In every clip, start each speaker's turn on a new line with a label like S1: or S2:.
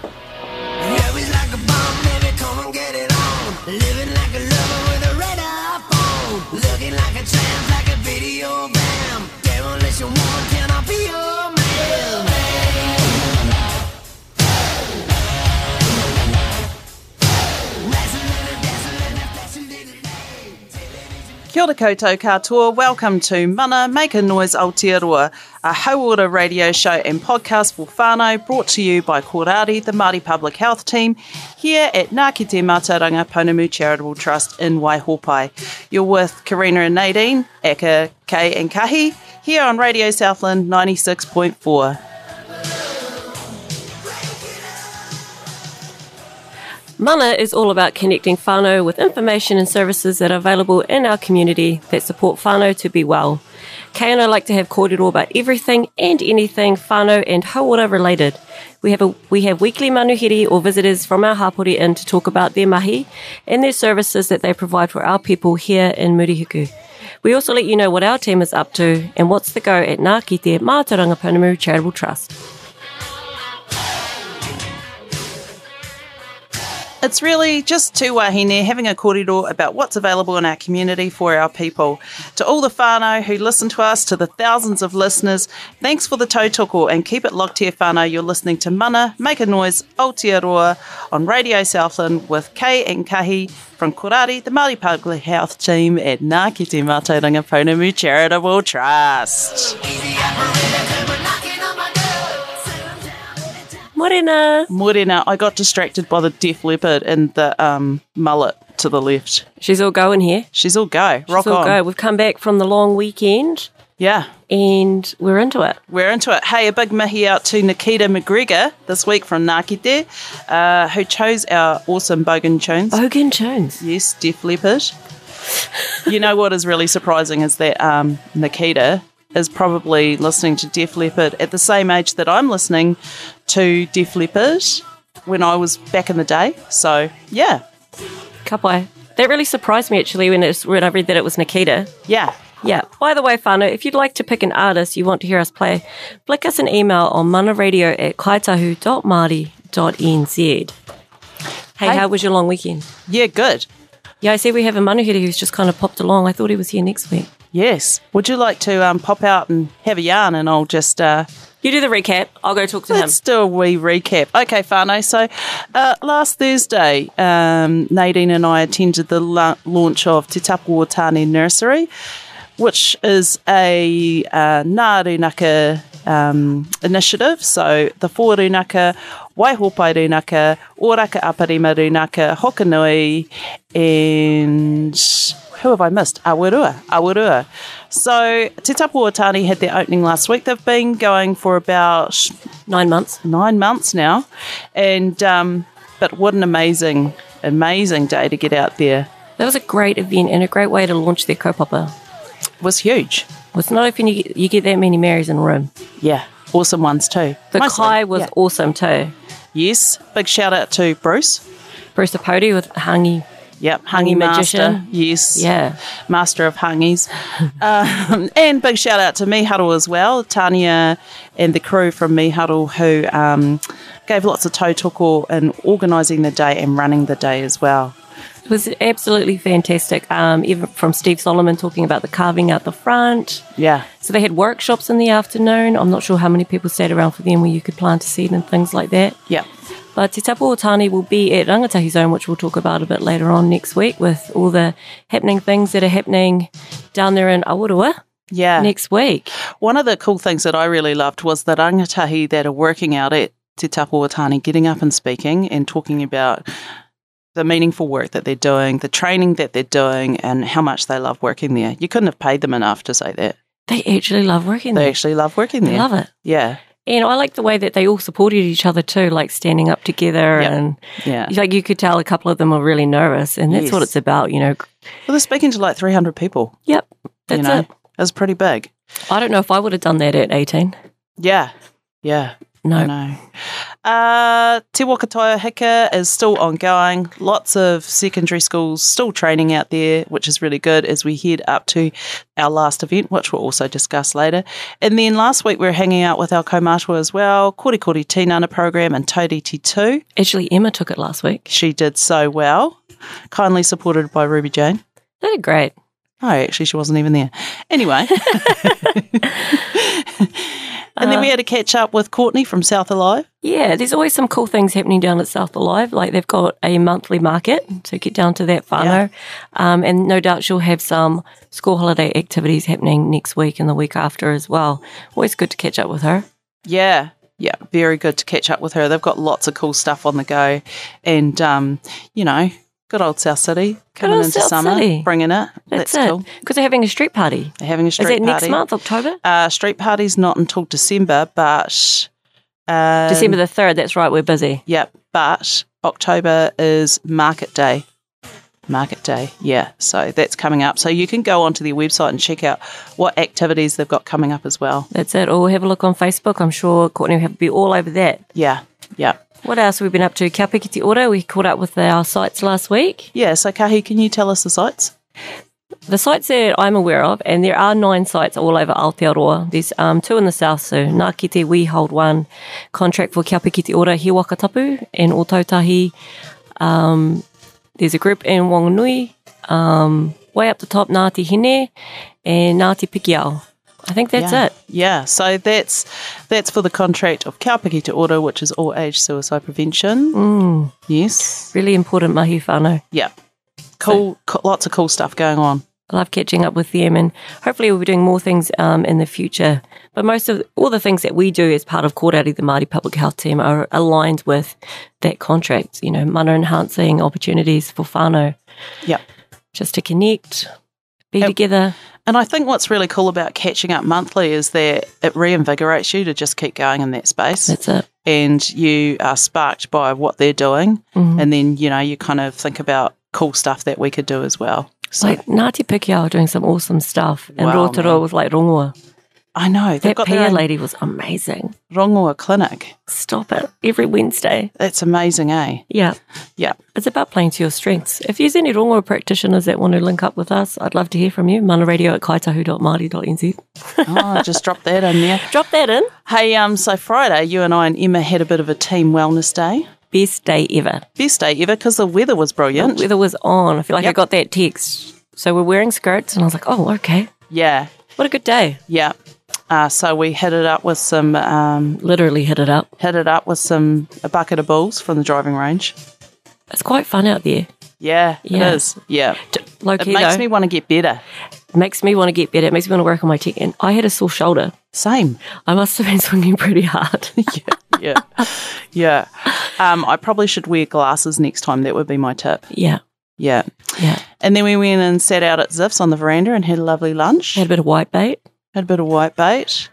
S1: Heavy's like a bomb, baby, come and get it on. Living like a lover with a red eye phone. Looking like a tramp, like a video bam. Demolition woman, can I be your man? Wrestling and dazzling and flashing day to day. Television-
S2: Kia ora koutou katoa, welcome to Mana Make a Noise Aotearoa, a Hauora radio show and podcast for whānau brought to you by Korari, the Māori Public Health Team, here at Nā Te Mātauranga Ponamu Charitable Trust in Waihopai. You're with Karina and Nadine, aka Kay and Kahi, here on Radio Southland 96.4.
S3: Mana is all about connecting whānau with information and services that are available in our community that support whānau to be well. Kay and I like to have kōrero about everything and anything whānau and hauora related. We have, a, we have weekly manuhiri or visitors from our hapori inn to talk about their mahi and their services that they provide for our people here in Murihiku. We also let you know what our team is up to and what's the go at Ngā Kite Mātauranga Ponamu Charitable Trust.
S2: It's really just two wahine having a kōrero about what's available in our community for our people. To all the whānau who listen to us, to the thousands of listeners, thanks for the tautoko and keep it locked here whānau. You're listening to Mana, Make a Noise, Aotearoa on Radio Southland with Kay and Kahi from Korari, the Māori Public Health Team at Ngā Kite Mātauranga Ponamu Charitable Trust.
S1: Easy operator, come a knocking on my door. Sit 'em down, let it down.
S3: Morena!
S2: Morena, I got distracted by the deaf leopard and the um, mullet to the left.
S3: She's all going here.
S2: She's all go. Rock
S3: She's all
S2: on.
S3: go. We've come back from the long weekend.
S2: Yeah.
S3: and we're into it.
S2: We're into it. Hey, a big mihi out to Nikita McGregor this week from Nakite, uh, who chose our awesome Bogan tunes.
S3: Bogan Jones.
S2: Yes, Def Leppard. you know what is really surprising is that um, Nikita is probably listening to Def Leppard at the same age that I'm listening to Def Leppard when I was back in the day. So, yeah,
S3: Kapai. That really surprised me actually when, it's, when I read that it was Nikita.
S2: yeah.
S3: Yeah. By the way, Fano, if you'd like to pick an artist you want to hear us play, flick us an email on manaradio at kaitahu.māori.nz. Hey,
S2: Hey.
S3: how was your long weekend?
S2: Yeah, good.
S3: Yeah, I see we have a manuhiri who's just kind of popped along. I thought he was here next week.
S2: Yes. Would you like to um, pop out and have a yarn and I'll just. Uh,
S3: You do the recap. I'll go talk to him.
S2: Let's do a wee recap. Okay, Fano. So uh, last Thursday, um, Nadine and I attended the la- launch of Te Tapu Tane Nursery, which is a uh, Ngā Runaka um, initiative. So the Four Runaka, Waihopai Runaka, Oraka Aparima Runaka, Hokanui, and who have I missed? Awarua. Awarua. So Te Tapu Otani had their opening last week. They've been going for about
S3: Nine months.
S2: nine months now, and um, but what an amazing, amazing day to get out there.
S3: That was a great event and a great way to launch their co-popper.
S2: It was huge.
S3: Well, It's not often you, get- you get that many Marys in a room.
S2: Yeah, awesome ones too.
S3: The
S2: Mostly,
S3: Kai was
S2: yeah.
S3: awesome too.
S2: yes. Big shout out to Bruce.
S3: Bruce Apodi with Hangi.
S2: Yep, hangi
S3: Hangi
S2: master.
S3: magician.
S2: Yes.
S3: Yeah.
S2: master of hangis. um, and big shout out to Miharu as well, Tania and the crew from Miharu who um, gave lots of tautoko in organising the day and running the day as well.
S3: It was absolutely fantastic. Um, even from Steve Solomon talking about the carving out the front.
S2: Yeah.
S3: So they had workshops in the afternoon. I'm not sure how many people stayed around for them where you could plant a seed and things like that.
S2: Yeah.
S3: But Te Tapu Otani will be at Rangatahi Zone, which we'll talk about a bit later on next week with all the happening things that are happening down there in Awarua
S2: Yeah.
S3: next week.
S2: One of the cool things that I really loved was the rangatahi that are working out at Te Tapu Watani, getting up and speaking and talking about the meaningful work that they're doing, the training that they're doing, and how much they love working there. You couldn't have paid them enough to say that.
S3: They actually love working
S2: They
S3: there.
S2: actually love working
S3: Mm. They
S2: there.
S3: love it.
S2: Yeah.
S3: And I like the way that they all supported each other too, like standing up together.
S2: Yep.
S3: And
S2: Yeah.
S3: like you could tell a couple of them are really nervous. And that's what
S2: Yes.
S3: it's about, you know.
S2: Well, they're speaking to like 300 people.
S3: Yep. That's
S2: you know,
S3: it.
S2: That's pretty big.
S3: I don't know if I would have done that at 18.
S2: Yeah. Yeah. I
S3: No.
S2: know. Uh, Te Waka Toa Hika is still ongoing. Lots of secondary schools still training out there, which is really good as we head up to our last event, which we'll also discuss later. And then last week we were hanging out with our Komatua as well, Kori Kori Tinana program and Tauriti 2.
S3: Actually, Emma took it last week.
S2: She did so well, kindly supported by Ruby Jane.
S3: They did great.
S2: No, actually, she wasn't even there. Anyway. and then we had a catch up with Courtney from South Alive.
S3: Yeah, there's always some cool things happening down at South Alive. Like they've got a monthly market, so get down to that whānau. Um, and no doubt she'll have some school holiday activities happening next week and the week after as well. Always good to catch up with her.
S2: Yeah. Yeah, very good to catch up with her. They've got lots of cool stuff on the go. And, um, you know, good old South City coming
S3: old
S2: into
S3: South
S2: summer,
S3: City.
S2: bringing it.
S3: That's,
S2: That's,
S3: it.
S2: cool.
S3: Because they're having a street party.
S2: They're having a street
S3: Is it
S2: party.
S3: next month, October?
S2: Uh, street party's not until December, but. Uh,
S3: December the 3rd. That's right, we're busy.
S2: Yep, but October is market day. Market day, yeah. So that's coming up. So you can go onto their website and check out what activities they've got coming up as well.
S3: That's it. Or have a look on Facebook. I'm sure Courtney will be all over that.
S2: Yeah, yeah.
S3: What else have we been up to? Kapikiti Ora, we caught up with our sites last week.
S2: Yeah, so Kahi, can you tell us the sites?
S3: The sites that I'm aware of, and there are nine sites all over Aotearoa. There's um, two in the south, so Nakite, we hold one. Contract for Kapikiti Ora, Hiwaka Tapu, and Ototahi. Um, there's a group in Wanganui, um, way up the top, Ngāti Hine, and Ngāti Pikiao. I think that's
S2: yeah.
S3: it.
S2: Yeah, so that's that's for the contract of Kaupiki to Order, which is all age suicide prevention.
S3: Mm.
S2: Yes.
S3: Really important mahi whānau.
S2: Yeah. Cool, co- lots of cool stuff going on.
S3: I love catching up with them, and hopefully we'll be doing more things um, in the future. But most of all the things that we do as part of Kōrari, the Māori Public Health team, are aligned with that contract. You know, mana enhancing opportunities for whānau,
S2: Yeah.
S3: just to connect, be together.
S2: And I think what's really cool about catching up monthly is that it reinvigorates you to just keep going in that space.
S3: That's it.
S2: and you are sparked by what they're doing.
S3: Mm-hmm.
S2: And then, you know, you kind of think about cool stuff that we could do as well. So
S3: Like Ngāti Pikiao are doing some awesome stuff, and
S2: Wow,
S3: Rotorua was like Rongoa.
S2: I know they've
S3: That
S2: got
S3: peer
S2: their own
S3: lady was amazing.
S2: Rongoa Clinic.
S3: Stop it every Wednesday.
S2: That's amazing, eh?
S3: Yeah.
S2: Yeah.
S3: It's about playing to your strengths. If there's any Rongoa practitioners that want to link up with us, I'd love to hear from you. Mana radio at kaitahu.māori.nz.
S2: Oh, I just dropped that in there.
S3: Drop that in.
S2: Hey, um, so Friday, you and I and Emma had a bit of a team wellness day.
S3: Best day ever.
S2: Best day ever because the weather was brilliant.
S3: Weather was on. I feel like I
S2: Yep.
S3: got that text. So we're wearing skirts, and I was like, oh, okay.
S2: Yeah,
S3: What a good day.
S2: yeah. Uh, so we hit it up with some, um,
S3: Literally hit it up.
S2: hit it up with some a bucket of balls from the driving range.
S3: It's quite fun out there.
S2: Yeah,
S3: Yeah.
S2: it is. Yeah,
S3: Low
S2: it
S3: key,
S2: makes
S3: though,
S2: me want to get better.
S3: makes me want to get better. It makes me want to work on my tech. And I had a sore shoulder.
S2: Same.
S3: I must have been swinging pretty hard.
S2: yeah, yeah. Um, I probably should wear glasses next time. That would be my tip.
S3: yeah.
S2: Yeah.
S3: Yeah.
S2: And then we went and sat out at Ziff's on the veranda and had a lovely lunch.
S3: Had a bit of white bait,
S2: Had a bit of white bait.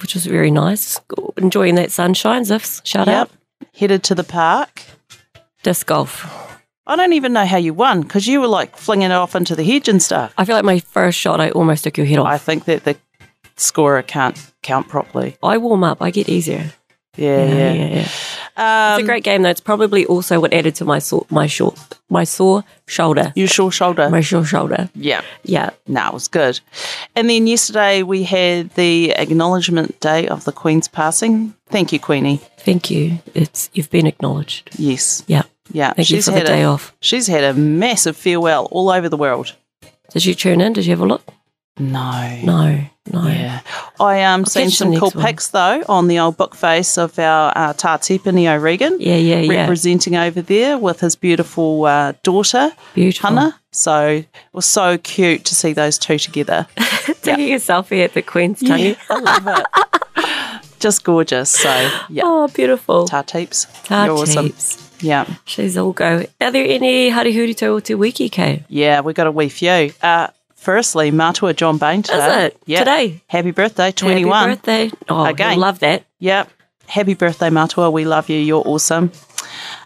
S3: which was very nice. Enjoying that sunshine. Ziffs, shout out.
S2: Headed to the park.
S3: Disc golf.
S2: I don't even know how you won because you were like flinging it off into the hedge and stuff.
S3: I feel like my first shot, I almost took your head off.
S2: I think that the scorer can't count properly.
S3: I warm up, I get easier.
S2: Yeah, yeah.
S3: Yeah, yeah, yeah.
S2: Um,
S3: It's a great game, though. It's probably also what added to my sore, my short, my sore shoulder,
S2: your sore shoulder.
S3: my sore shoulder.
S2: yeah.
S3: Yeah,
S2: No, it was good. And then yesterday we had the acknowledgement day of the Queen's passing. Thank you, Queenie.
S3: thank you. It's you've been acknowledged.
S2: Yes.
S3: Yeah,
S2: Yeah.
S3: thank you for the
S2: had
S3: day
S2: a,
S3: off.
S2: She's had a massive farewell all over the world.
S3: Did you tune in? Did you have a look?
S2: No.
S3: No, no.
S2: Yeah. I um seen
S3: catch the
S2: some cool
S3: next one.
S2: pics though on the old book face of our uh, Tatipani O'Regan
S3: yeah, yeah. yeah.
S2: representing over there with his beautiful uh, daughter,
S3: Beautiful.
S1: Oh.
S2: Hannah. So it was so cute to see those two together.
S3: Taking a selfie at the Queen's Tangi.
S2: I love it. Just gorgeous. So yeah.
S3: Oh, beautiful.
S2: Tar Teeps.
S3: Tar
S2: You're awesome.
S3: teeps.
S2: Yeah.
S1: She's all go. Are there any harihuri to te wiki, Kay?
S2: Yeah, we got a wee few. Uh, firstly, Matua John Bain today.
S1: it? Today?
S2: Happy birthday, 21.
S1: Happy birthday. Oh,
S2: Again.
S1: I love that.
S2: Yep. Happy birthday, Matua. We love you. You're awesome.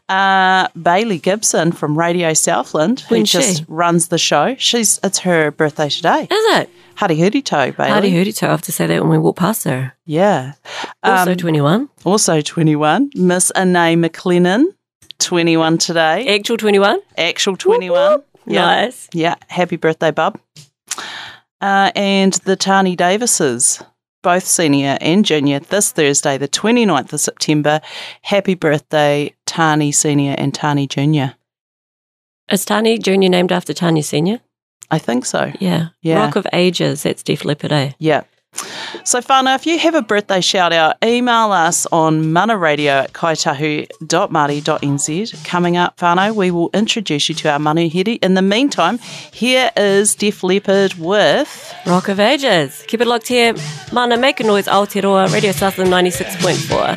S2: Uh, Bailey Gibson from Radio Southland, who
S1: When's
S2: just
S1: she?
S2: runs the show. She's it's her birthday today.
S1: Is it?
S2: Huddy Hurdy Toe, Bailey.
S1: Harihuri to I have to say that when we walk past her.
S2: Yeah. Um,
S1: Also 21.
S2: Also 21. Miss Anae McLennan, 21 today.
S1: Actual 21.
S2: Actual 21. Yeah.
S1: E- Nice.
S2: Yeah. Happy birthday, bub. Uh, and the Tani Davises, both senior and junior, this Thursday, the 29th of September. Happy birthday, Tani Senior and Tani Junior.
S1: Is Tani Junior named after Tanya Senior?
S2: I think so.
S1: Yeah.
S2: Yeah.
S1: Rock of Ages. That's Def Leppard, eh?
S2: Yeah. So, Fana, if you have a birthday shout out, email us on manaradio at kaitahu.māori.nz. Coming up, Fano, we will introduce you to our manuhiri. In the meantime, here is Def Leopard with.
S1: Rock of Ages. Keep it locked here. Mana, make a noise. Aotearoa, Radio Southland 96.4.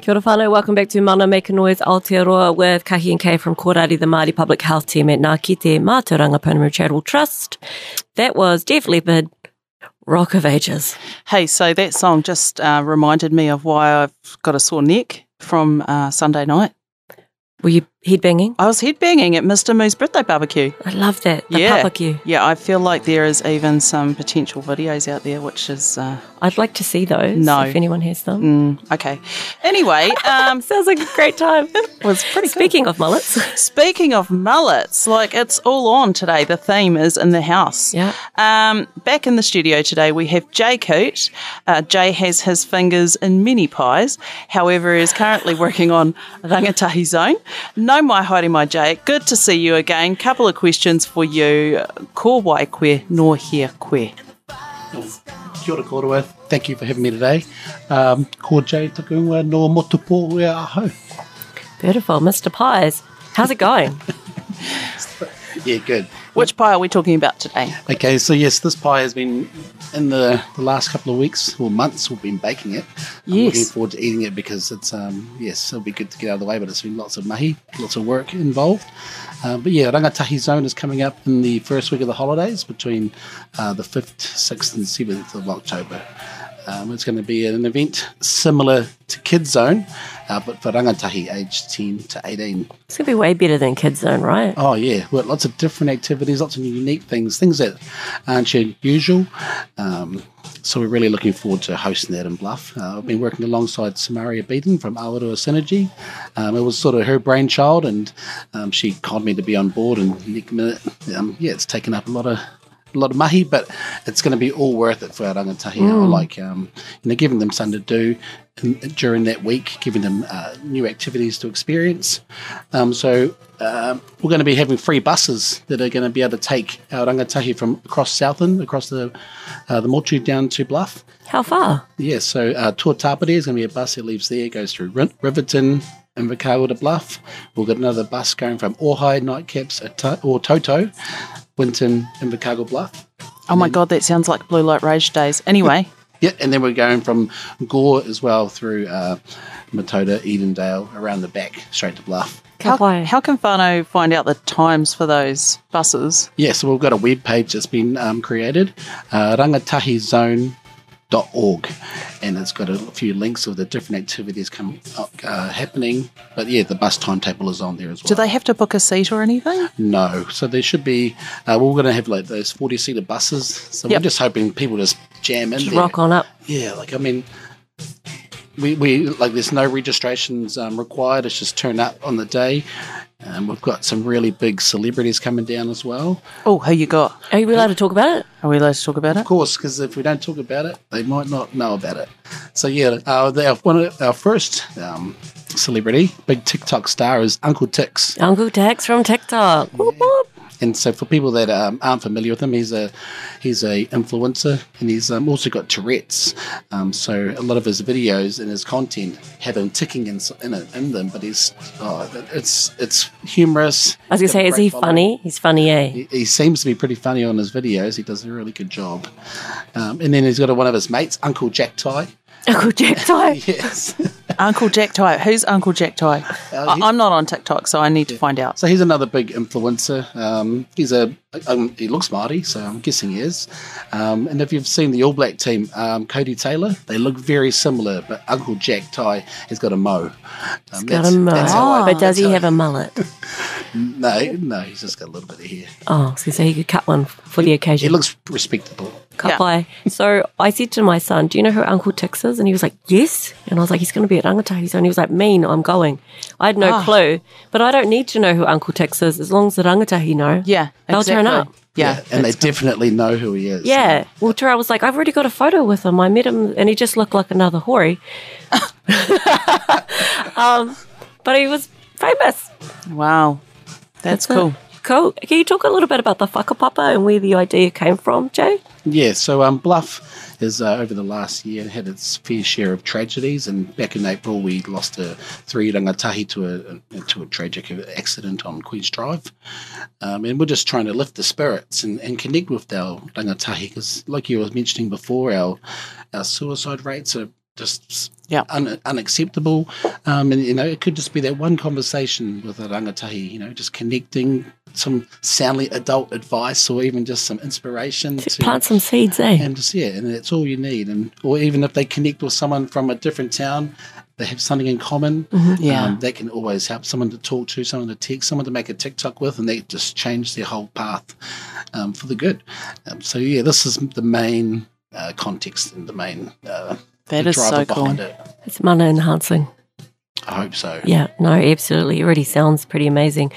S1: Kia ora whanau, welcome back to Mana Make a Noise Aotearoa with Kahi and Kay from Korari, the Māori Public Health Team at Ngā Kite Mātauranga Panama Charitable Trust. That was Def Leppard,
S3: Rock of Ages.
S2: Hey, so that song just uh, reminded me of why I've got a sore neck from uh, Sunday night.
S3: Were you headbanging?
S2: I was headbanging at Mr. Moo's birthday barbecue.
S3: I love that. The
S2: yeah.
S3: papakū.
S2: Yeah, I feel like there is even some potential videos out there, which is uh,
S3: I'd like to see those
S2: No.
S3: if anyone has them.
S2: mm, okay. Anyway, um,
S3: Sounds like a great time.
S2: was pretty good.
S3: Speaking of mullets,
S2: Speaking of mullets, like it's all on today. The theme is in the house.
S3: Yeah.
S2: Um, back in the studio today, we have Jay Coote. Uh, Jay has his fingers in many pies. However, is currently working on Rangatahi Zone. No mai haere mai, Jay. Good to see you again. Couple of questions for you. Ko wai koe, no here koe.
S4: Kia ora koroa. Thank you for having me today. Um, ko Jay Takunga no Motupo Ea Ahau.
S3: beautiful, Mr. Pies. How's it going?
S4: Yeah, good.
S2: Which pie are we talking about today?
S4: Okay, so yes, this pie has been in the, the last couple of weeks or months we've been baking it. I'm
S2: Yes.
S4: looking forward to eating it because it's, um, yes, it'll be good to get out of the way, but it's been lots of mahi, lots of work involved. Uh, but yeah, Rangatahi Zone is coming up in the first week of the holidays between uh, the 5th, 6th, and 7th of October. Um, it's going to be an event similar to Kids Zone, uh, but for rangatahi aged 10 to 18.
S3: It's gonna be way better than Kids Zone, right?
S4: Oh yeah, well, lots of different activities, lots of unique things, things that aren't your usual. Um, so we're really looking forward to hosting that in Bluff. Uh, I've been working alongside Samaria Beaton from Awarua Synergy. Um, it was sort of her brainchild, and um, she called me to be on board. And next minute, um, yeah, it's taken up a lot of. A lot of mahi, but it's going to be all worth it for our rangatahi. Like, um, you know, giving them something to do in, during that week, giving them uh, new activities to experience. Um, so um, we're going to be having free buses that are going to be able to take our rangatahi from across Southland, across the uh, the Motu down to Bluff.
S3: How far?
S4: Yeah, so uh, Tuatapere is going to be a bus that leaves there, goes through Rin- Riverton, Invercargill to Bluff. We'll get another bus going from Ojai, Nightcaps, Ata- or Toto, Winton, Invercargill, Bluff.
S2: Oh my God, that sounds like Blue Light Rage days. Anyway,
S4: Yeah, and then we're going from Gore as well through uh, Matoda, Edendale, around the back, straight to Bluff.
S3: Ka
S2: how,
S3: pai.
S2: how can Fano find out the times for those buses?
S4: Yeah, so we've got a web page that's been um, created, uh, rangatahizone.org, and it's got a few links of the different activities coming up, uh, happening. But yeah, the bus timetable is on there as well.
S2: Do they have to book a seat or anything?
S4: No, so there should be. Uh, we're going to have like those forty-seater buses. So
S2: Yep.
S4: we're just hoping people just jam in.
S3: Just
S4: there.
S3: rock on up.
S4: Yeah, like I mean, we, we like there's no registrations um, required. It's just turn up on the day. Um, we've got some really big celebrities coming down as well.
S2: Oh, who you got?
S3: Are you allowed to talk about it?
S2: Are we allowed to talk about it?
S4: Of course, because if we don't talk about it, they might not know about it. So yeah, uh, the, one of our first um, celebrity, big TikTok star, is Uncle Tix.
S3: Uncle Tex from TikTok. Whoop, whoop.
S4: And so for people that um, aren't familiar with him, he's a he's a influencer, and he's um, also got Tourette's. Um, so a lot of his videos and his content have him ticking in in, it, in them, but he's oh, it's it's humorous.
S3: I was gonna
S4: He's got
S3: say,
S4: a
S3: is
S4: great
S3: he
S4: following.
S3: funny? He's funny, eh?
S4: He, he seems to be pretty funny on his videos. He does a really good job. Um, and then he's got one of his mates, Uncle Jack Ty.
S3: Uncle Jack Ty.
S4: Yes.
S2: Uncle Jack Ty. Who's Uncle Jack Ty?
S4: Oh,
S2: I- I'm not on TikTok, so I need to find out.
S4: So he's another big influencer. Um, he's a um, he looks Māori, so I'm guessing he is. Um, and if you've seen the All Black team, um, Cody Taylor, they look very similar, but Uncle Jack Ty has got a mo. Um,
S3: Got a mullet. Oh, But does he have a mullet?
S4: no? No, he's just got a little bit of hair.
S3: Oh, I was gonna say he could cut one for the
S4: He
S3: occasion.
S4: looks respectable.
S3: Ka
S2: Yeah.
S3: pai. So I said to my son, Do you know who Uncle Tix is? And he was like, Yes. And I was like, He's going to be at Rangatahi. So- And he was like, Mean, I'm going. I had no
S2: Ah.
S3: clue. But I don't need to know who Uncle Tix is as long as the Rangatahi know.
S2: Yeah,
S3: They'll turn
S2: exactly.
S3: up.
S2: Yeah,
S4: and they definitely know who he is.
S3: Yeah. Well, Tara was like, I've already got a photo with him. I met him and he just looked like another hoary. um, but he was famous.
S2: Wow, that's
S3: it.
S2: cool.
S3: Cool. Can you talk a little bit about the whakapapa and where the idea came from, Jay?
S4: Yeah, so um, Bluff has uh, over the last year had its fair share of tragedies, and back in April we lost a three rangatahi to a to a tragic accident on Queen's Drive, um, and we're just trying to lift the spirits and, and connect with our rangatahi because, like you were mentioning before, our our suicide rates are just
S2: Yeah.
S4: un, unacceptable, um, and you know it could just be that one conversation with a rangatahi, you know, just connecting, some soundly adult advice or even just some inspiration
S3: To plant some seeds, eh?
S4: and just yeah, and that's all you need. And or even if they connect with someone from a different town, they have something in common.
S5: Yeah.
S4: um, that can always help. Someone to talk to, someone to text, someone to make a TikTok with, and they just change their whole path um, for the good. Um, so yeah, this is the main uh, context and the main uh,
S5: That is
S4: driver
S5: so cool.
S4: behind it.
S3: It's mana enhancing.
S4: I hope so.
S3: Yeah, no, absolutely. It already sounds pretty amazing.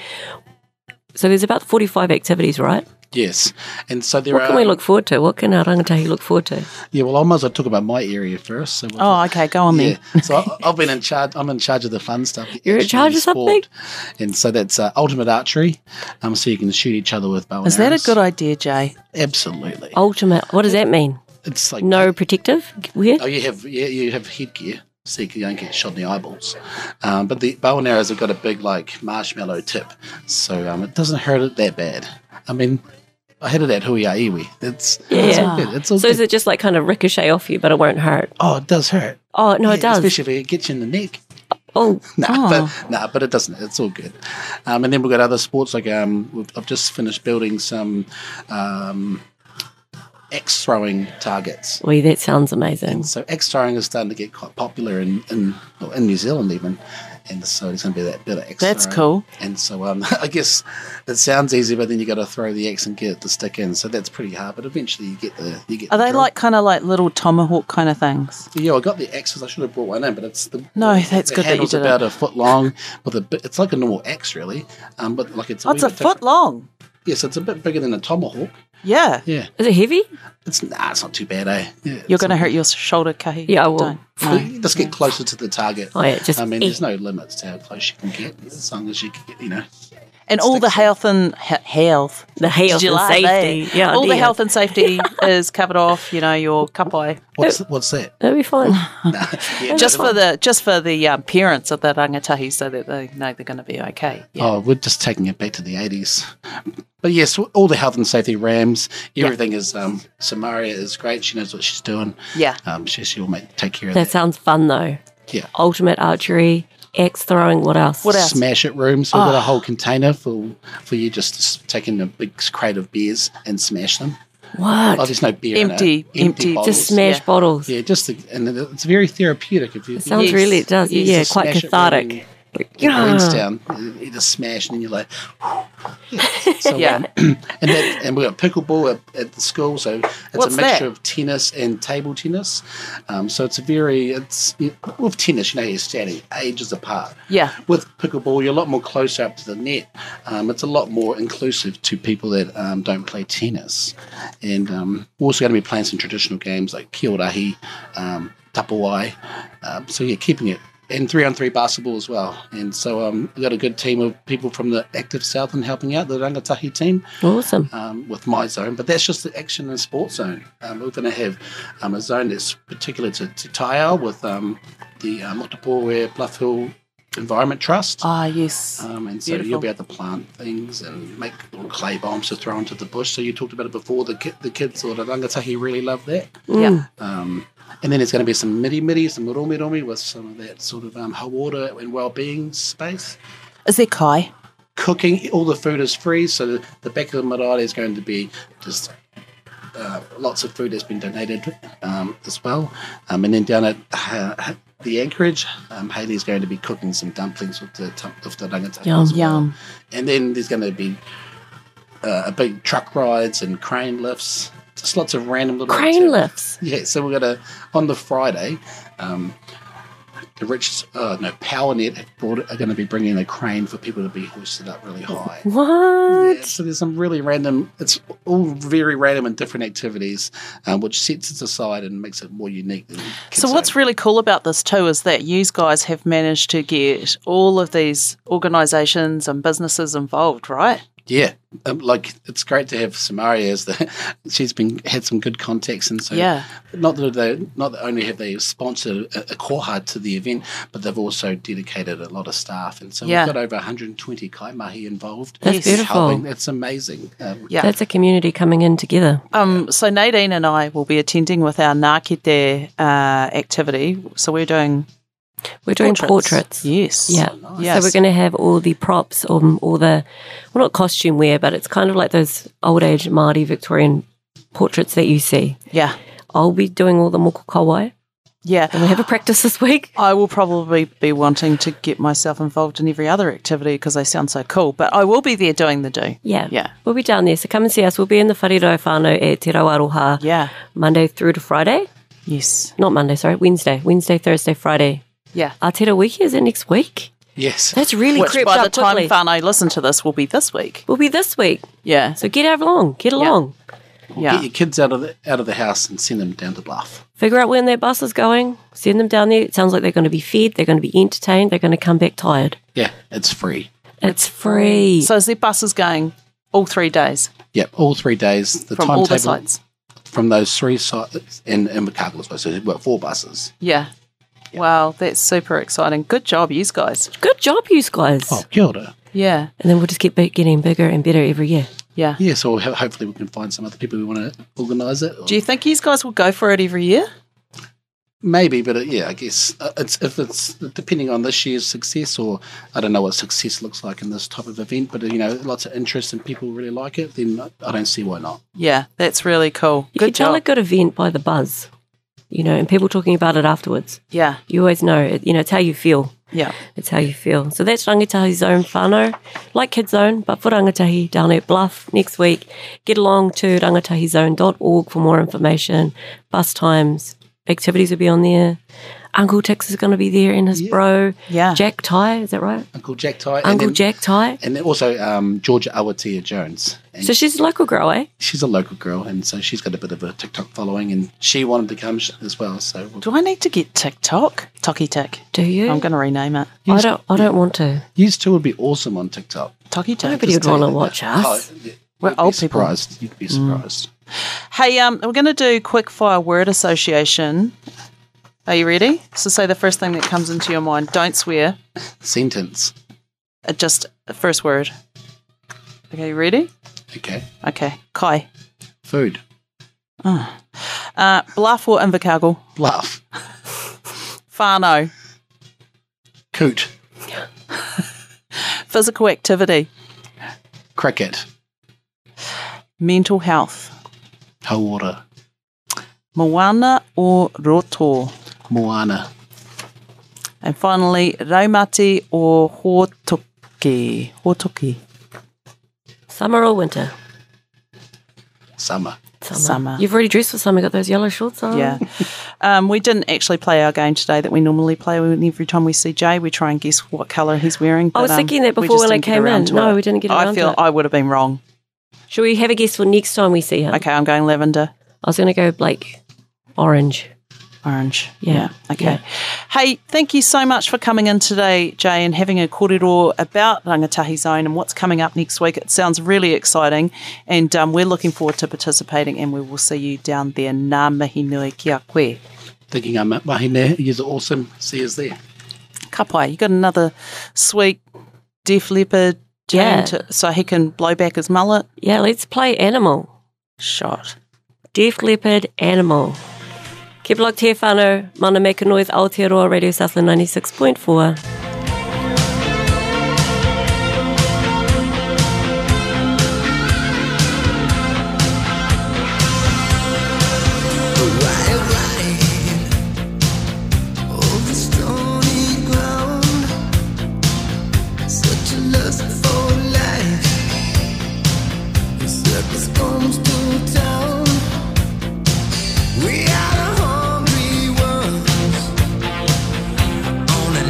S3: So there's about 45 activities, right?
S4: Yes, and so there
S3: What
S4: are.
S3: can we look forward to? What can our rangatahi look forward to?
S4: Yeah, well, I might as well talk about my area first. So we'll
S2: Oh, okay. Go on then.
S4: Yeah. So I- I've been in charge. I'm in charge of the fun stuff. the
S3: You're in
S4: action,
S3: charge
S4: the
S3: of something?
S4: sport. And so that's uh, ultimate archery. Um, so you can shoot each other with bow.
S2: Is
S4: and
S2: that a
S4: arrows.
S2: good idea, Jay?
S4: Absolutely.
S3: Ultimate. What does that mean?
S4: It's like
S3: Oh, No protective wear?
S4: Oh, you have yeah, you have headgear. So you don't get shot in the eyeballs, um, but the bow and arrows have got a big like marshmallow tip, so um, it doesn't hurt it that bad. I mean, I had it at Huiaiwi. That's it's all
S3: Yeah.
S4: good. It's all
S3: So
S4: good.
S3: is it just like kind of ricochet off you, but it won't hurt?
S4: oh, it does hurt.
S3: Oh, no, it
S4: Yeah,
S3: does.
S4: especially if it gets you in the neck.
S3: Oh,
S4: Nah, but nah, but it doesn't. It's all good. Um, and then we've got other sports like um, we've, I've just finished building some um, axe throwing targets.
S3: wee, that sounds amazing.
S4: So axe throwing is starting to get quite popular in in, well, in New Zealand even. And so there's going to be that bit of axe.
S2: That's
S4: throwing.
S2: cool.
S4: And so um, I guess it sounds easy, but then you got to throw the axe and get it to stick in. So that's pretty hard. But eventually you get the you get.
S2: Are
S4: the
S2: they
S4: drill.
S2: like kind of like little tomahawk kind of things?
S4: Yeah, I got the axe 'cause I should have brought one in, but it's the
S2: No, that's
S4: the
S2: good that you
S4: handle's
S2: did it.
S4: about a foot long, but the bit- it's like a normal axe really, um, but like it's
S2: Oh, it's a
S4: wee bit different.
S2: foot long.
S4: Yes, it's a bit bigger than a tomahawk.
S2: Yeah.
S4: Yeah,
S3: Is it heavy?
S4: it's nah, it's not too bad, eh? Yeah,
S2: You're going to hurt your shoulder, Kahi.
S3: Yeah, I will.
S2: Don't.
S4: to just get closer to the target.
S3: Oh, yeah, just
S4: I mean,
S3: eat.
S4: there's no limits to how close you can get, as long as you can get, you know.
S2: And all the health and he- health,
S3: The health
S2: Did you
S3: and
S2: like
S3: safety.
S2: that?
S3: Yeah, I
S2: all the
S3: did.
S2: health and safety is covered off. You know your kapai.
S4: What's what's that?
S3: That'd be fine.
S4: Nah, yeah,
S2: Just
S4: no,
S2: for the just for the um, parents of the rangatahi, so that they know they're going to be okay. Yeah.
S4: Oh, we're just taking it back to the 80s. But yes, all the health and safety rams, everything is. Um, Samaria is great. She knows what she's doing.
S2: Yeah.
S4: Um, she, she'll make, take care of
S3: That
S4: that.
S3: sounds fun, though.
S4: Yeah.
S3: Ultimate archery, axe throwing, what else?
S2: What else? Oh.
S4: Smash it room. So we've got a whole container for for you just s- taking a big crate of beers and smash them. Oh,
S3: What?
S4: there's no beer.
S2: Empty-
S4: in it.
S2: empty, just
S4: bottles.
S3: Just smash
S2: Yeah.
S3: bottles.
S4: Yeah, just the, and it- it's very therapeutic. If you
S3: It sounds
S2: Yes.
S3: really, it does.
S4: Yes.
S3: Yeah,
S4: Just
S3: quite
S4: smash it
S3: cathartic.
S4: really-
S3: Like,
S4: your brains
S3: yeah.
S4: down, you you just smash and then you're like, yeah. So,
S2: Yeah.
S4: um, and that, and we got pickleball at, at the school, so it's
S2: What's
S4: a mixture
S2: that?
S4: of tennis and table tennis. Um, so it's a very it's you know, with tennis, you know, you're standing ages apart.
S2: Yeah.
S4: With pickleball, you're a lot more closer up to the net. Um, it's a lot more inclusive to people that um, don't play tennis. And um, we're also going to be playing some traditional games like kiorahi, um, tapawai. Um, so, yeah, keeping it. And three on three basketball as well. And so um, we've got a good team of people from the Active South and helping out, the Rangatahi team
S3: Awesome.
S4: um, with my zone, but that's just the action and sports zone. Um, we're going to have um, a zone that's particular to, to Taiao with um, the um, Otapore Bluff Hill Environment Trust.
S2: Ah, yes.
S3: Uh,
S4: Um, and so
S2: beautiful.
S4: you'll be able to plant things and make little clay bombs to throw into the bush. So you talked about it before. The ki- the kids or the rangatahi really love that.
S3: mm.
S2: Yeah.
S4: Um, and then there's going to be some midi midi, some romi romi with some of that sort of um, water and well being space
S2: Is there kai?
S4: cooking. All the food is free, so the, the back of the marae is going to be just uh, lots of food that's been donated um, as well. Um, and then down at uh, the anchorage, um, Haley's going to be cooking some dumplings with the tum- with the rangatahi.
S3: Yum.
S4: as well.
S2: Yum.
S4: And then there's going to be uh, a big truck rides and crane lifts, just lots of random little
S3: Crane
S4: activities.
S3: lifts.
S4: Yeah, so we're gonna on the Friday. Um, the rich, uh, no, PowerNet have brought, are going to be bringing a crane for people to be hoisted up really
S2: Oh,
S4: high. Yeah,
S3: What?
S4: so there's some really random. It's all very random and different activities, um, which sets it aside and makes it more unique. Than
S2: So what's really cool about this too is that you guys have managed to get all of these organisations and businesses involved, right?
S4: yeah, um, like it's great to have Samaria as the. She's been had some good contacts and so
S2: Yeah.
S4: Not that they, not that only have they sponsored a, a kohard to the event, but they've also dedicated a lot of staff, and so
S2: Yeah.
S4: we've got over 120 kaimahi involved.
S3: That's
S2: Yes.
S3: beautiful.
S4: Helping. That's amazing. Um,
S2: Yeah.
S3: That's a community coming in together.
S2: Um, so Nadine and I will be attending with our Nakite uh, activity. So we're doing
S3: We're doing portraits.
S2: Yes.
S3: Yeah.
S4: Oh,
S2: Yes.
S3: So we're going to have all the props, um, all the, well, not costume wear, but it's kind of like those old age Māori Victorian portraits that you see.
S2: yeah.
S3: I'll be doing all the moko kawai.
S2: Yeah.
S3: We have a practice this week.
S2: I will probably be wanting to get myself involved in every other activity because they sound so cool, but I will be there doing the do.
S3: Yeah.
S2: Yeah.
S3: We'll be down there. So come and see us. We'll be in the Wharirau Whānau at Te Rawaroha
S2: Yeah.
S3: Monday through to Friday.
S2: Yes.
S3: Not Monday, sorry, Wednesday. Wednesday, Thursday, Friday.
S2: Yeah.
S3: Aotearoa Wiki is it next week?
S4: Yes.
S3: That's really
S2: Which
S3: crept
S2: by
S3: up
S2: the time
S3: quickly.
S2: Fano listen to this will be this week.
S3: We'll be this week.
S2: Yeah.
S3: So get out along. Get along.
S2: yeah.
S4: Get your kids out of the out of the house and send them down to Bluff.
S3: Figure out when their bus is going. Send them down there. It sounds like they're going to be fed. They're going to be entertained. They're going to come back tired.
S4: Yeah, it's free.
S3: It's free.
S2: So is their buses going all three days
S4: Yep, all three days. The
S2: from all the
S4: timetable
S2: sites?
S4: from those three sites and in Invercargill as well. So we've got four buses.
S2: Yeah. Wow, that's super exciting. Good job, you guys.
S3: Good job, you guys.
S4: Oh, kia ora.
S2: Yeah.
S3: Oh. And then we'll just keep be- getting bigger and better every year.
S2: Yeah.
S4: Yeah, so ho- hopefully we can find some other people who want to organise it. or-
S2: Do you think you guys will go for it every year?
S4: Maybe, but uh, yeah, I guess uh, it's if it's depending on this year's success, or I don't know what success looks like in this type of event. But uh, you know, lots of interest and people really like it. Then I- I don't see why not.
S2: Yeah, that's really cool.
S3: You
S2: Good
S3: can tell a
S2: job.
S3: good event by the buzz, you know, and people talking about it afterwards.
S2: Yeah.
S3: You always know, it, you know, it's how you feel.
S2: Yeah.
S3: It's how you feel. So that's Rangatahi Zone Whānau, like Kids Zone, but for Rangatahi down at Bluff next week. Get along to rangatahizone.org for more information, bus times, activities will be on there. Uncle Tex is going to be there and his bro,
S2: Yeah.
S3: Jack Ty, is that right?
S4: Uncle Jack Ty, and
S3: Uncle
S4: then,
S3: Jack Ty.
S4: and then also um, Georgia Awatia Jones. And
S3: So she's a local girl, eh?
S4: she's a local girl, and so she's got a bit of a TikTok following, and she wanted to come sh- as well. So we'll
S2: Do I need to get TikTok? Tocky Tick.
S3: Do you?
S2: I'm going to rename it.
S3: I don't. I don't want to.
S4: these two would be awesome on TikTok.
S2: Tocky Tick.
S3: Nobody would want to
S4: Take-
S3: watch
S4: Oh,
S3: us.
S4: you'd
S2: We're
S4: be
S2: old people. Mm.
S4: surprised. You'd be surprised.
S2: Hey, um, we're going to do quick fire word association. Are you ready? So say the first thing that comes into your mind. Don't swear.
S4: Sentence.
S2: Uh, Just the first word. Okay, you ready?
S4: Okay.
S2: Okay. Kai.
S4: Food.
S2: Uh, bluff or Invercargill?
S4: Bluff.
S2: Fano.
S4: Coot.
S2: Physical activity.
S4: Cricket.
S2: Mental health.
S4: Hawara.
S2: Moana or Roto.
S4: Moana.
S2: And finally, Raumati or Hotoki. Hotoki.
S3: Summer or winter?
S4: Summer.
S3: Summer.
S2: Summer.
S3: You've already dressed for summer. Got those yellow shorts on.
S2: Yeah. Um, we didn't actually play our game today that we normally play. We, every time we see Jay, we try and guess what colour he's wearing.
S3: I was
S2: but, um,
S3: thinking that
S2: we
S3: before
S2: just
S3: when I
S2: didn't get
S3: came
S2: around
S3: in.
S2: to
S3: No,
S2: it.
S3: we didn't get
S2: I
S3: around
S2: feel
S3: to it.
S2: I would have been wrong.
S3: Should we have a guess for next time we see him?
S2: Okay, I'm going lavender,
S3: I was going to go Blake orange.
S2: orange.
S3: Yeah.
S2: Okay. Hey, thank you so much for coming in today, Jay, and having a korero about Rangatahi Zone and what's coming up next week. It sounds really exciting, and um, we're looking forward to participating, and we will see you down there. Nā mihi nui kia koe.
S4: Thinking I'm at Mahine. You're awesome. See us there.
S2: Kapai, you got another sweet Def Leppard jam
S3: Yeah.
S2: to, so he can blow back his mullet.
S3: Yeah, let's play animal.
S2: Shot.
S3: Deaf leopard animal. Keep locked here, whānau. Mana make a noise, Aotearoa Radio Southland 96.4.
S1: On a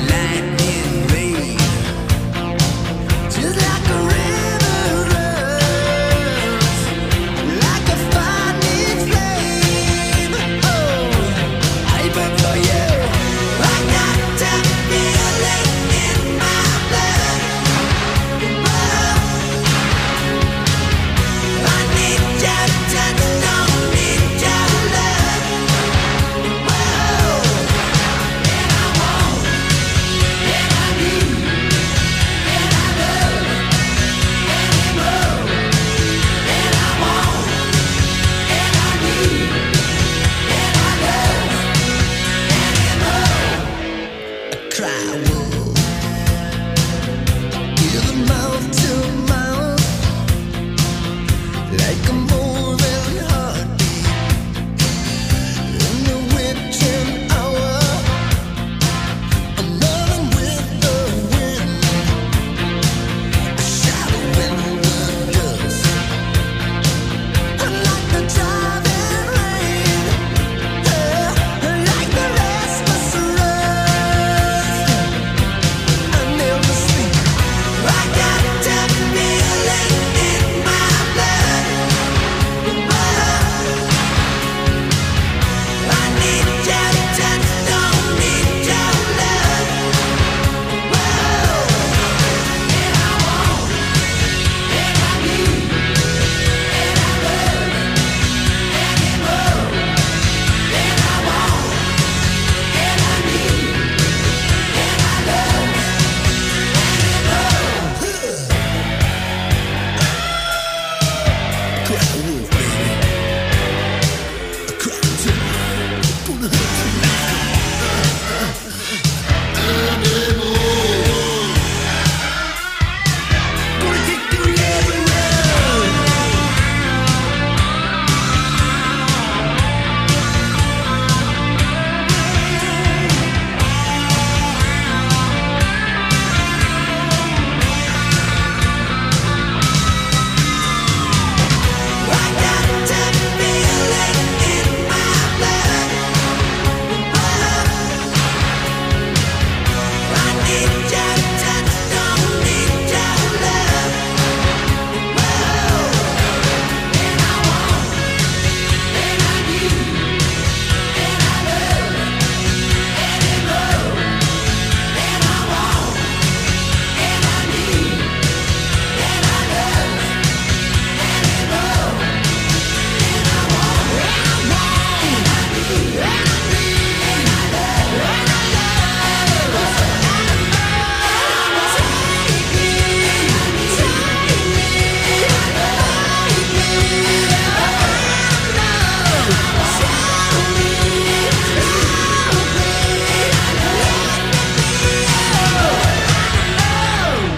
S1: lightning Oh,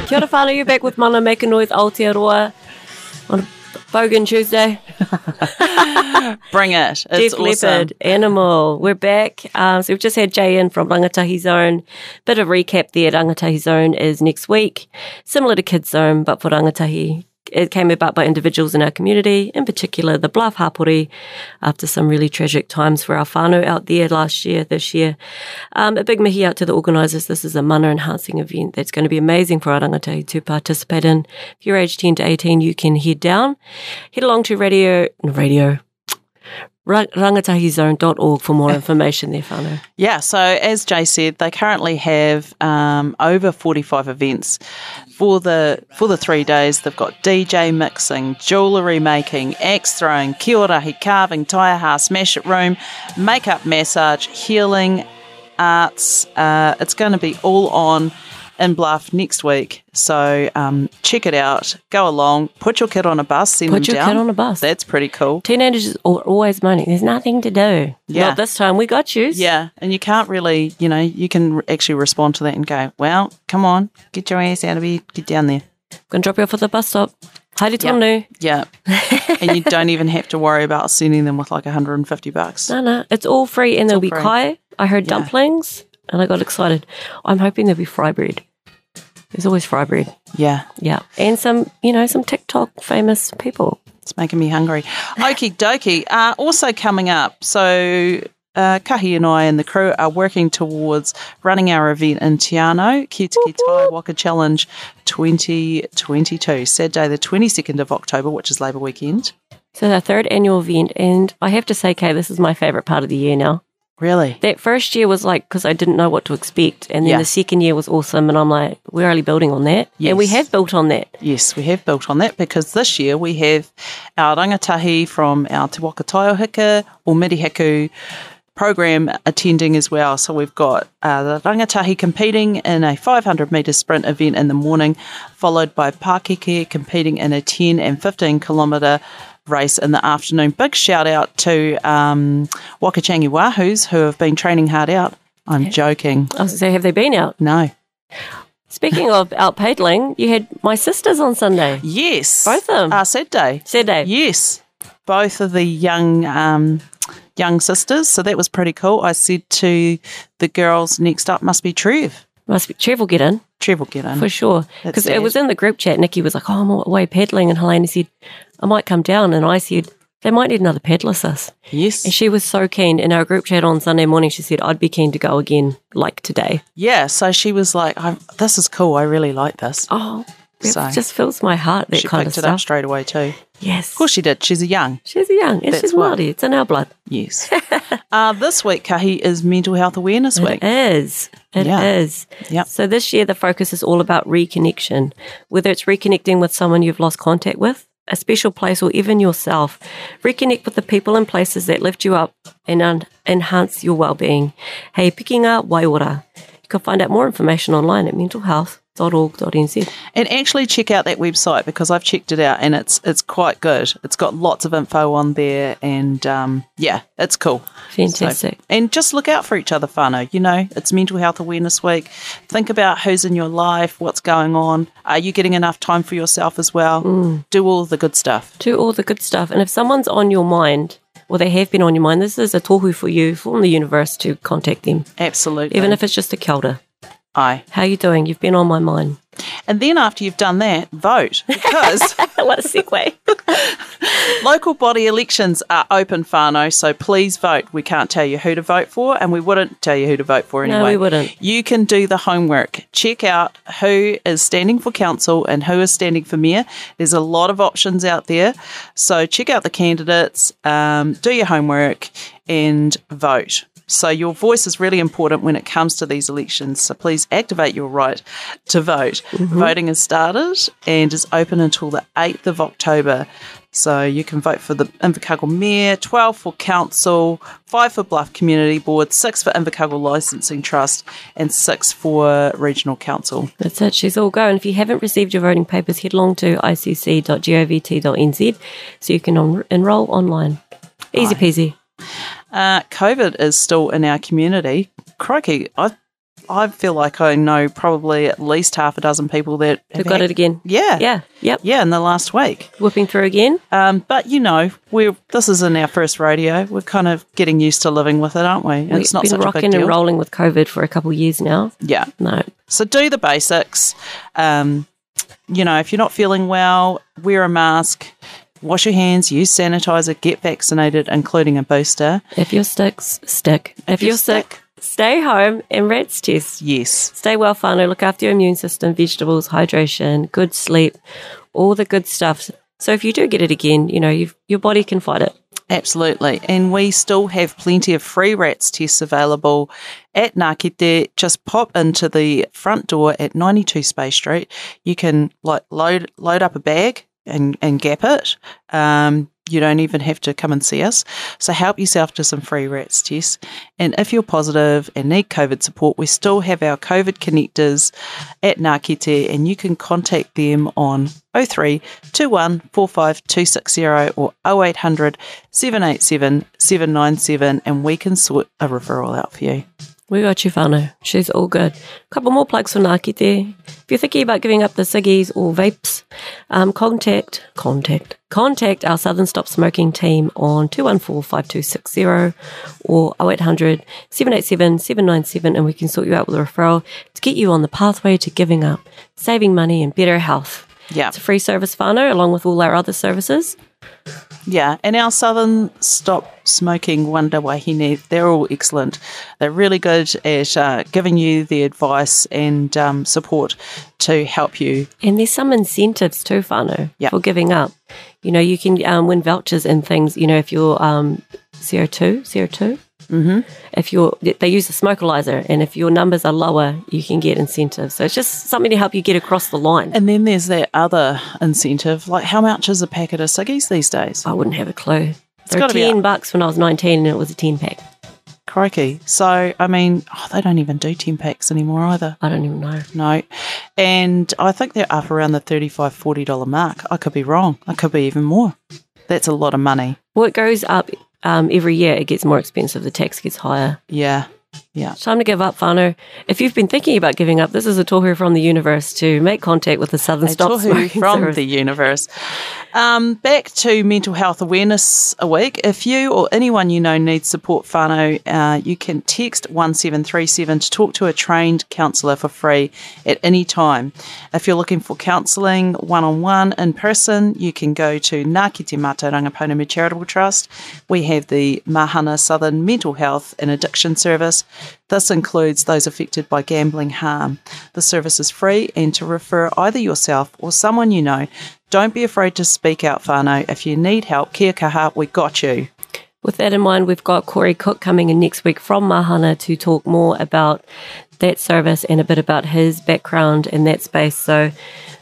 S3: Kia ora whānau, you're back with Mana Maker Noise Aotearoa on a Bogan Tuesday.
S2: Bring it. It's
S3: Jeff
S2: awesome.
S3: Leopard, Animal. We're back. Um, so we've just had Jay in from Rangatahi Zone. Bit of recap there. Rangatahi Zone is next week, similar to Kids Zone, but for Rangatahi. It came about by individuals in our community, in particular the Bluff Hapori, after some really tragic times for our whānau out there last year, this year. Um, a big mihi out to the organisers. This is a mana enhancing event that's going to be amazing for our rangatahi to participate in. If you're aged 10 to 18, you can head down, head along to radio, radio, Ra- rangatahizone.org for more information there, Fano.
S2: Yeah, so as Jay said, they currently have um, over 45 events for the for the three days. They've got DJ mixing, jewellery making, axe throwing, kiorahi carving, taiaha smash it room, makeup massage, healing arts. Uh, it's going to be all on in Bluff next week. So um, check it out. Go along. Put your kid on a bus. Send
S3: Put
S2: them
S3: your
S2: down.
S3: kid on a bus.
S2: That's pretty cool.
S3: Teenagers are always moaning, there's nothing to do.
S2: Yeah.
S3: Not this time, we got you.
S2: Yeah, and you can't really, you know, you can r- actually respond to that and go, "Well, come on, get your ass out of bed, get down there."
S3: Gonna drop you off at the bus stop. Haere tonu.
S2: Yeah, and you don't even have to worry about sending them with like 150 bucks.
S3: No, no, it's all free and there'll be
S2: free.
S3: kai. I heard dumplings and I got excited. I'm hoping there'll be fry bread. There's always fry bread.
S2: Yeah,
S3: Yeah. And some, you know, some TikTok famous people.
S2: it's making me hungry. Okie dokie. Uh, also coming up, so. Uh, Kahi and I and the crew are working towards running our event in Tiano, Kitiki Tai Waka Challenge 2022, Saturday the 22nd of October, which is Labour weekend.
S3: So it's our third annual event and I have to say, Kay, this is my favourite part of the year now.
S2: Really?
S3: That first year was like because I didn't know what to expect, and then
S2: Yeah.
S3: the second year was awesome, and I'm like, we're only building on that, and we
S2: Yes.
S3: have built on that.
S2: Yes, we have built on that because this year we have our rangatahi from our Te Waka Taiohika or Mirihiku program attending as well. So we've got uh, the rangatahi competing in a 500 metre sprint event in the morning, followed by Pakeke competing in a 10 and 15 kilometre race in the afternoon. Big shout out to um, Wakachangi Wahoos who have been training hard out. I'm joking.
S3: I was gonna say, have they been out?
S2: No.
S3: Speaking of out paddling, you had my sisters on Sunday,
S2: Yes.
S3: Both of 'em.
S2: Our sad day.
S3: Saturday.
S2: Yes, both of the young um, young sisters. So that was pretty cool. I said to the girls, next up must be Trev.
S3: Must be Trev will get in
S2: Trev will get in.
S3: for sure
S2: That's
S3: because
S2: sad.
S3: it was in the group chat. Nikki was like, "Oh, I'm away paddling," and Helena said, "I might come down," and I said, "They might need another paddler, sis."
S2: Yes.
S3: And she was so keen. In our group chat on Sunday morning, she said, "I'd be keen to go again, like today."
S2: yeah. So she was like, I'm, "This is cool. I really like this."
S3: Oh, it
S2: So-
S3: just fills my heart that
S2: she
S3: kind of
S2: picked it up
S3: stuff.
S2: straight away too. Of
S3: Yes,
S2: course she did. She's a young.
S3: She's young. It's
S2: That's
S3: just
S2: why.
S3: Māori. It's in our blood.
S2: Yes. uh, this week, Kahi is Mental Health Awareness Week.
S3: It is. It is.
S2: Yeah. Yep.
S3: So this year, the focus is all about reconnection, whether it's reconnecting with someone you've lost contact with, a special place, or even yourself. Reconnect with the people and places that lift you up and un- enhance your well-being. Hey, Pikinga Waiora. You can find out more information online at mentalhealth.org.nz.
S2: And actually check out that website because I've checked it out and it's it's quite good. It's got lots of info on there and um, yeah, it's cool.
S3: Fantastic.
S2: So- and just look out for each other, Fano. You know, it's Mental Health Awareness Week. Think about who's in your life, what's going on. Are you getting enough time for yourself as well?
S3: Mm.
S2: Do all the good stuff.
S3: Do all the good stuff. And if someone's on your mind, or they have been on your mind, this is a tohu for you from the universe to contact them,
S2: Absolutely.
S3: even if it's just a kelder.
S2: I.
S3: How you doing? You've been on my mind.
S2: And then after you've done that, vote because
S3: what a segue.
S2: local body elections are open, Fano. So please vote. We can't tell you who to vote for, and we wouldn't tell you who to vote for
S3: No,
S2: anyway.
S3: we wouldn't.
S2: You can do the homework. Check out who is standing for council and who is standing for mayor. There's a lot of options out there. So check out the candidates, um, do your homework, and vote. So your voice is really important when it comes to these elections. So please activate your right to vote.
S3: Mm-hmm.
S2: Voting has started and is open until the 8th of October. So you can vote for the Invercargill Mayor, 12 for Council, 5 for Bluff Community Board, 6 for Invercargill Licensing Trust, and 6 for Regional Council.
S3: That's it. She's all go. And if you haven't received your voting papers, head along to icc.govt.nz so you can en- enroll online. Easy peasy.
S2: Uh, COVID is still in our community. Crikey, I I feel like I know probably at least half a dozen people that
S3: They've got
S2: had-
S3: it again.
S2: Yeah.
S3: Yeah. Yep.
S2: Yeah, in the last week.
S3: Whipping through again.
S2: Um, but you know, we're this isn't our first radio. We're kind of getting used to living with it, aren't we? And
S3: We've
S2: it's not
S3: been
S2: such a big
S3: rocking
S2: deal.
S3: and rolling with COVID for a couple of years now.
S2: Yeah.
S3: No.
S2: So do the basics. Um, you know, if you're not feeling well, wear a mask, wash your hands, use sanitizer, get vaccinated, including a booster.
S3: If you're sick, s- stick. If,
S2: you're
S3: you're sick, stay home and rats test.
S2: Yes.
S3: Stay well, Fano. Look after your immune system, vegetables, hydration, good sleep, all the good stuff. So if you do get it again, you know, you've, your body can fight it.
S2: Absolutely. And we still have plenty of free rats tests available at Nakite. Just pop into the front door at 92 Space Street. You can like load load up a bag and, and gap it. Um, you don't even have to come and see us. So help yourself to some free rats tests. And if you're positive and need COVID support, we still have our COVID connectors at Nakite and you can contact them on 03 21 45 260 or 0800 787 797 and we can sort a referral out for you.
S3: We got you, Fano. She's all good. Couple more plugs for Naki there. If you're thinking about giving up the ciggies or vapes, um, contact, contact, contact our Southern Stop Smoking team on 214-5260 or 0800 787 797 and we can sort you out with a referral to get you on the pathway to giving up, saving money and better health.
S2: Yeah.
S3: It's a free service, Fano, along with all our other services.
S2: Yeah, and our Southern Stop Smoking Wonder Wahine, they're all excellent. They're really good at uh, giving you the advice and um, support to help you.
S3: And there's some incentives too, Fano,
S2: Yeah.
S3: for giving up. You know, you can um, win vouchers and things. You know, if you're um, CO2, CO2. Mm-hmm. If you're, they use a smokealizer, and if your numbers are lower, you can get incentives. So it's just something to help you get across the line.
S2: And then there's that other incentive, like how much is a packet of ciggies these days?
S3: I wouldn't have a clue. They were
S2: gotta be
S3: ten
S2: up.
S3: bucks when I was nineteen, and it was a ten pack.
S2: Crikey. So, I mean, oh, they don't even do 10 packs anymore either.
S3: I don't even know.
S2: No. And I think they're up around the $35, $40 mark. I could be wrong. I could be even more. That's a lot of money.
S3: Well, it goes up um, every year. It gets more expensive. The tax gets higher.
S2: Yeah. Yeah.
S3: It's time to give up, Fano. If you've been thinking about giving up, this is a tohu from the universe to make contact with the Southern
S2: A
S3: Stop
S2: tohu
S3: Smoking
S2: from
S3: Service.
S2: the universe. Um, back to Mental Health Awareness a Week. If you or anyone you know needs support, Fano, uh, you can text 1737 to talk to a trained counsellor for free at any time. If you're looking for counselling one on one in person, you can go to Ngāti Te Mata Rangipanemu Charitable Trust. We have the Mahana Southern Mental Health and Addiction Service. This includes those affected by gambling harm. The service is free and to refer either yourself or someone you know. Don't be afraid to speak out, Fano. If you need help, kia kaha, we got you.
S3: With that in mind, we've got Corey Cook coming in next week from Mahana to talk more about that service and a bit about his background in that space. So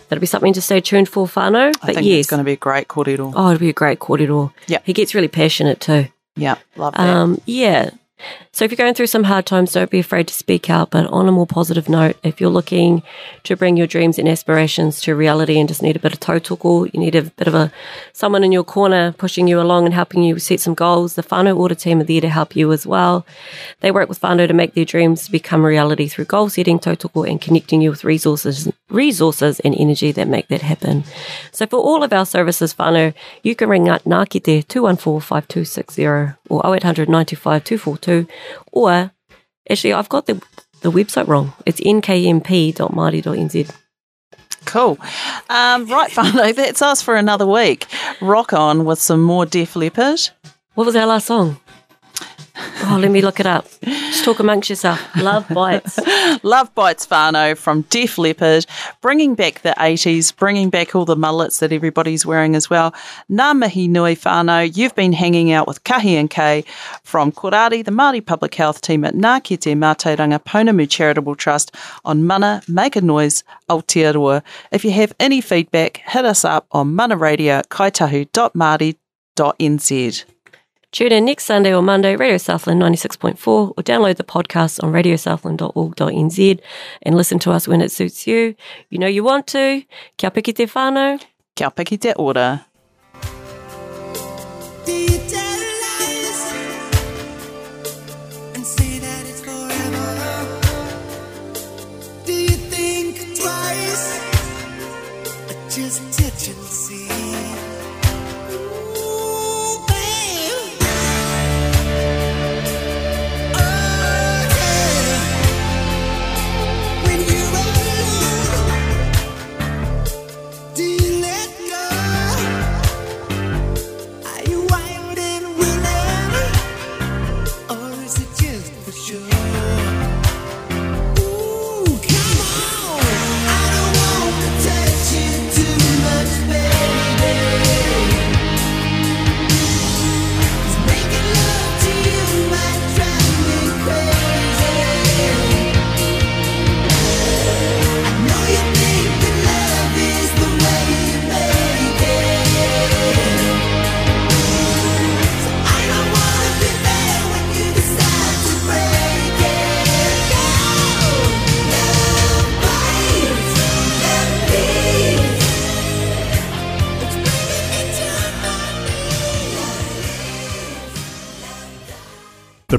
S3: that'll be something to stay tuned for, Fano.
S2: I
S3: But
S2: think
S3: yes,
S2: it's going to be a great kōrero.
S3: oh, it'll be a great corridor.
S2: Yep.
S3: he gets really passionate too.
S2: Yeah, love that.
S3: Um, yeah. So if you're going through some hard times, don't be afraid to speak out. But on a more positive note, if you're looking to bring your dreams and aspirations to reality and just need a bit of tautoko, you need a bit of a someone in your corner pushing you along and helping you set some goals. The Fano Order team are there to help you as well. They work with Fano to make their dreams become reality through goal setting, tautoko, and connecting you with resources, resources and energy that make that happen. So for all of our services, Fano, you can ring up Nakite 214-5260 or 0800 95 242 or actually I've got the the website wrong. It's nkmp.māori.nz.
S2: Cool. Um, right, Fano, that's us for another week. Rock on with some more Def Leppard.
S3: What was our last song? Oh, let me look it up. Just talk amongst yourself. Love bites.
S2: Love Bites Fano from Def Leppard, bringing back the 80s, bringing back all the mullets that everybody's wearing as well. Ngā mihi nui Fano, you've been hanging out with Kahi and Kay from Korari, the Māori Public Health team at Ngā Kite Mātauranga Pounamu Charitable Trust on Mana Make a Noise Aotearoa. If you have any feedback, hit us up on mana radio kaitahu.māori.nz.
S3: Tune in next Sunday or Monday, Radio Southland 96.4, or download the podcast on radiosouthland.org.nz and listen to us when it suits you. You know you want to. Kia piki te whānau.
S2: Kia piki te ora.
S1: Do you tell lies and say that it's forever? just touch and see. Ooh, babe. Oh, yeah. When you're alone, do you let go? Are you wild and willing? Or is it just for show? Ooh, come on! I don't wanna touch you too much, baby. 'Cause making love to you might drive me crazy. I know you think that love is the way you make it. I don't wanna be there when you decide to break it. Love bites, love bleeds. It's bringing me to my
S6: The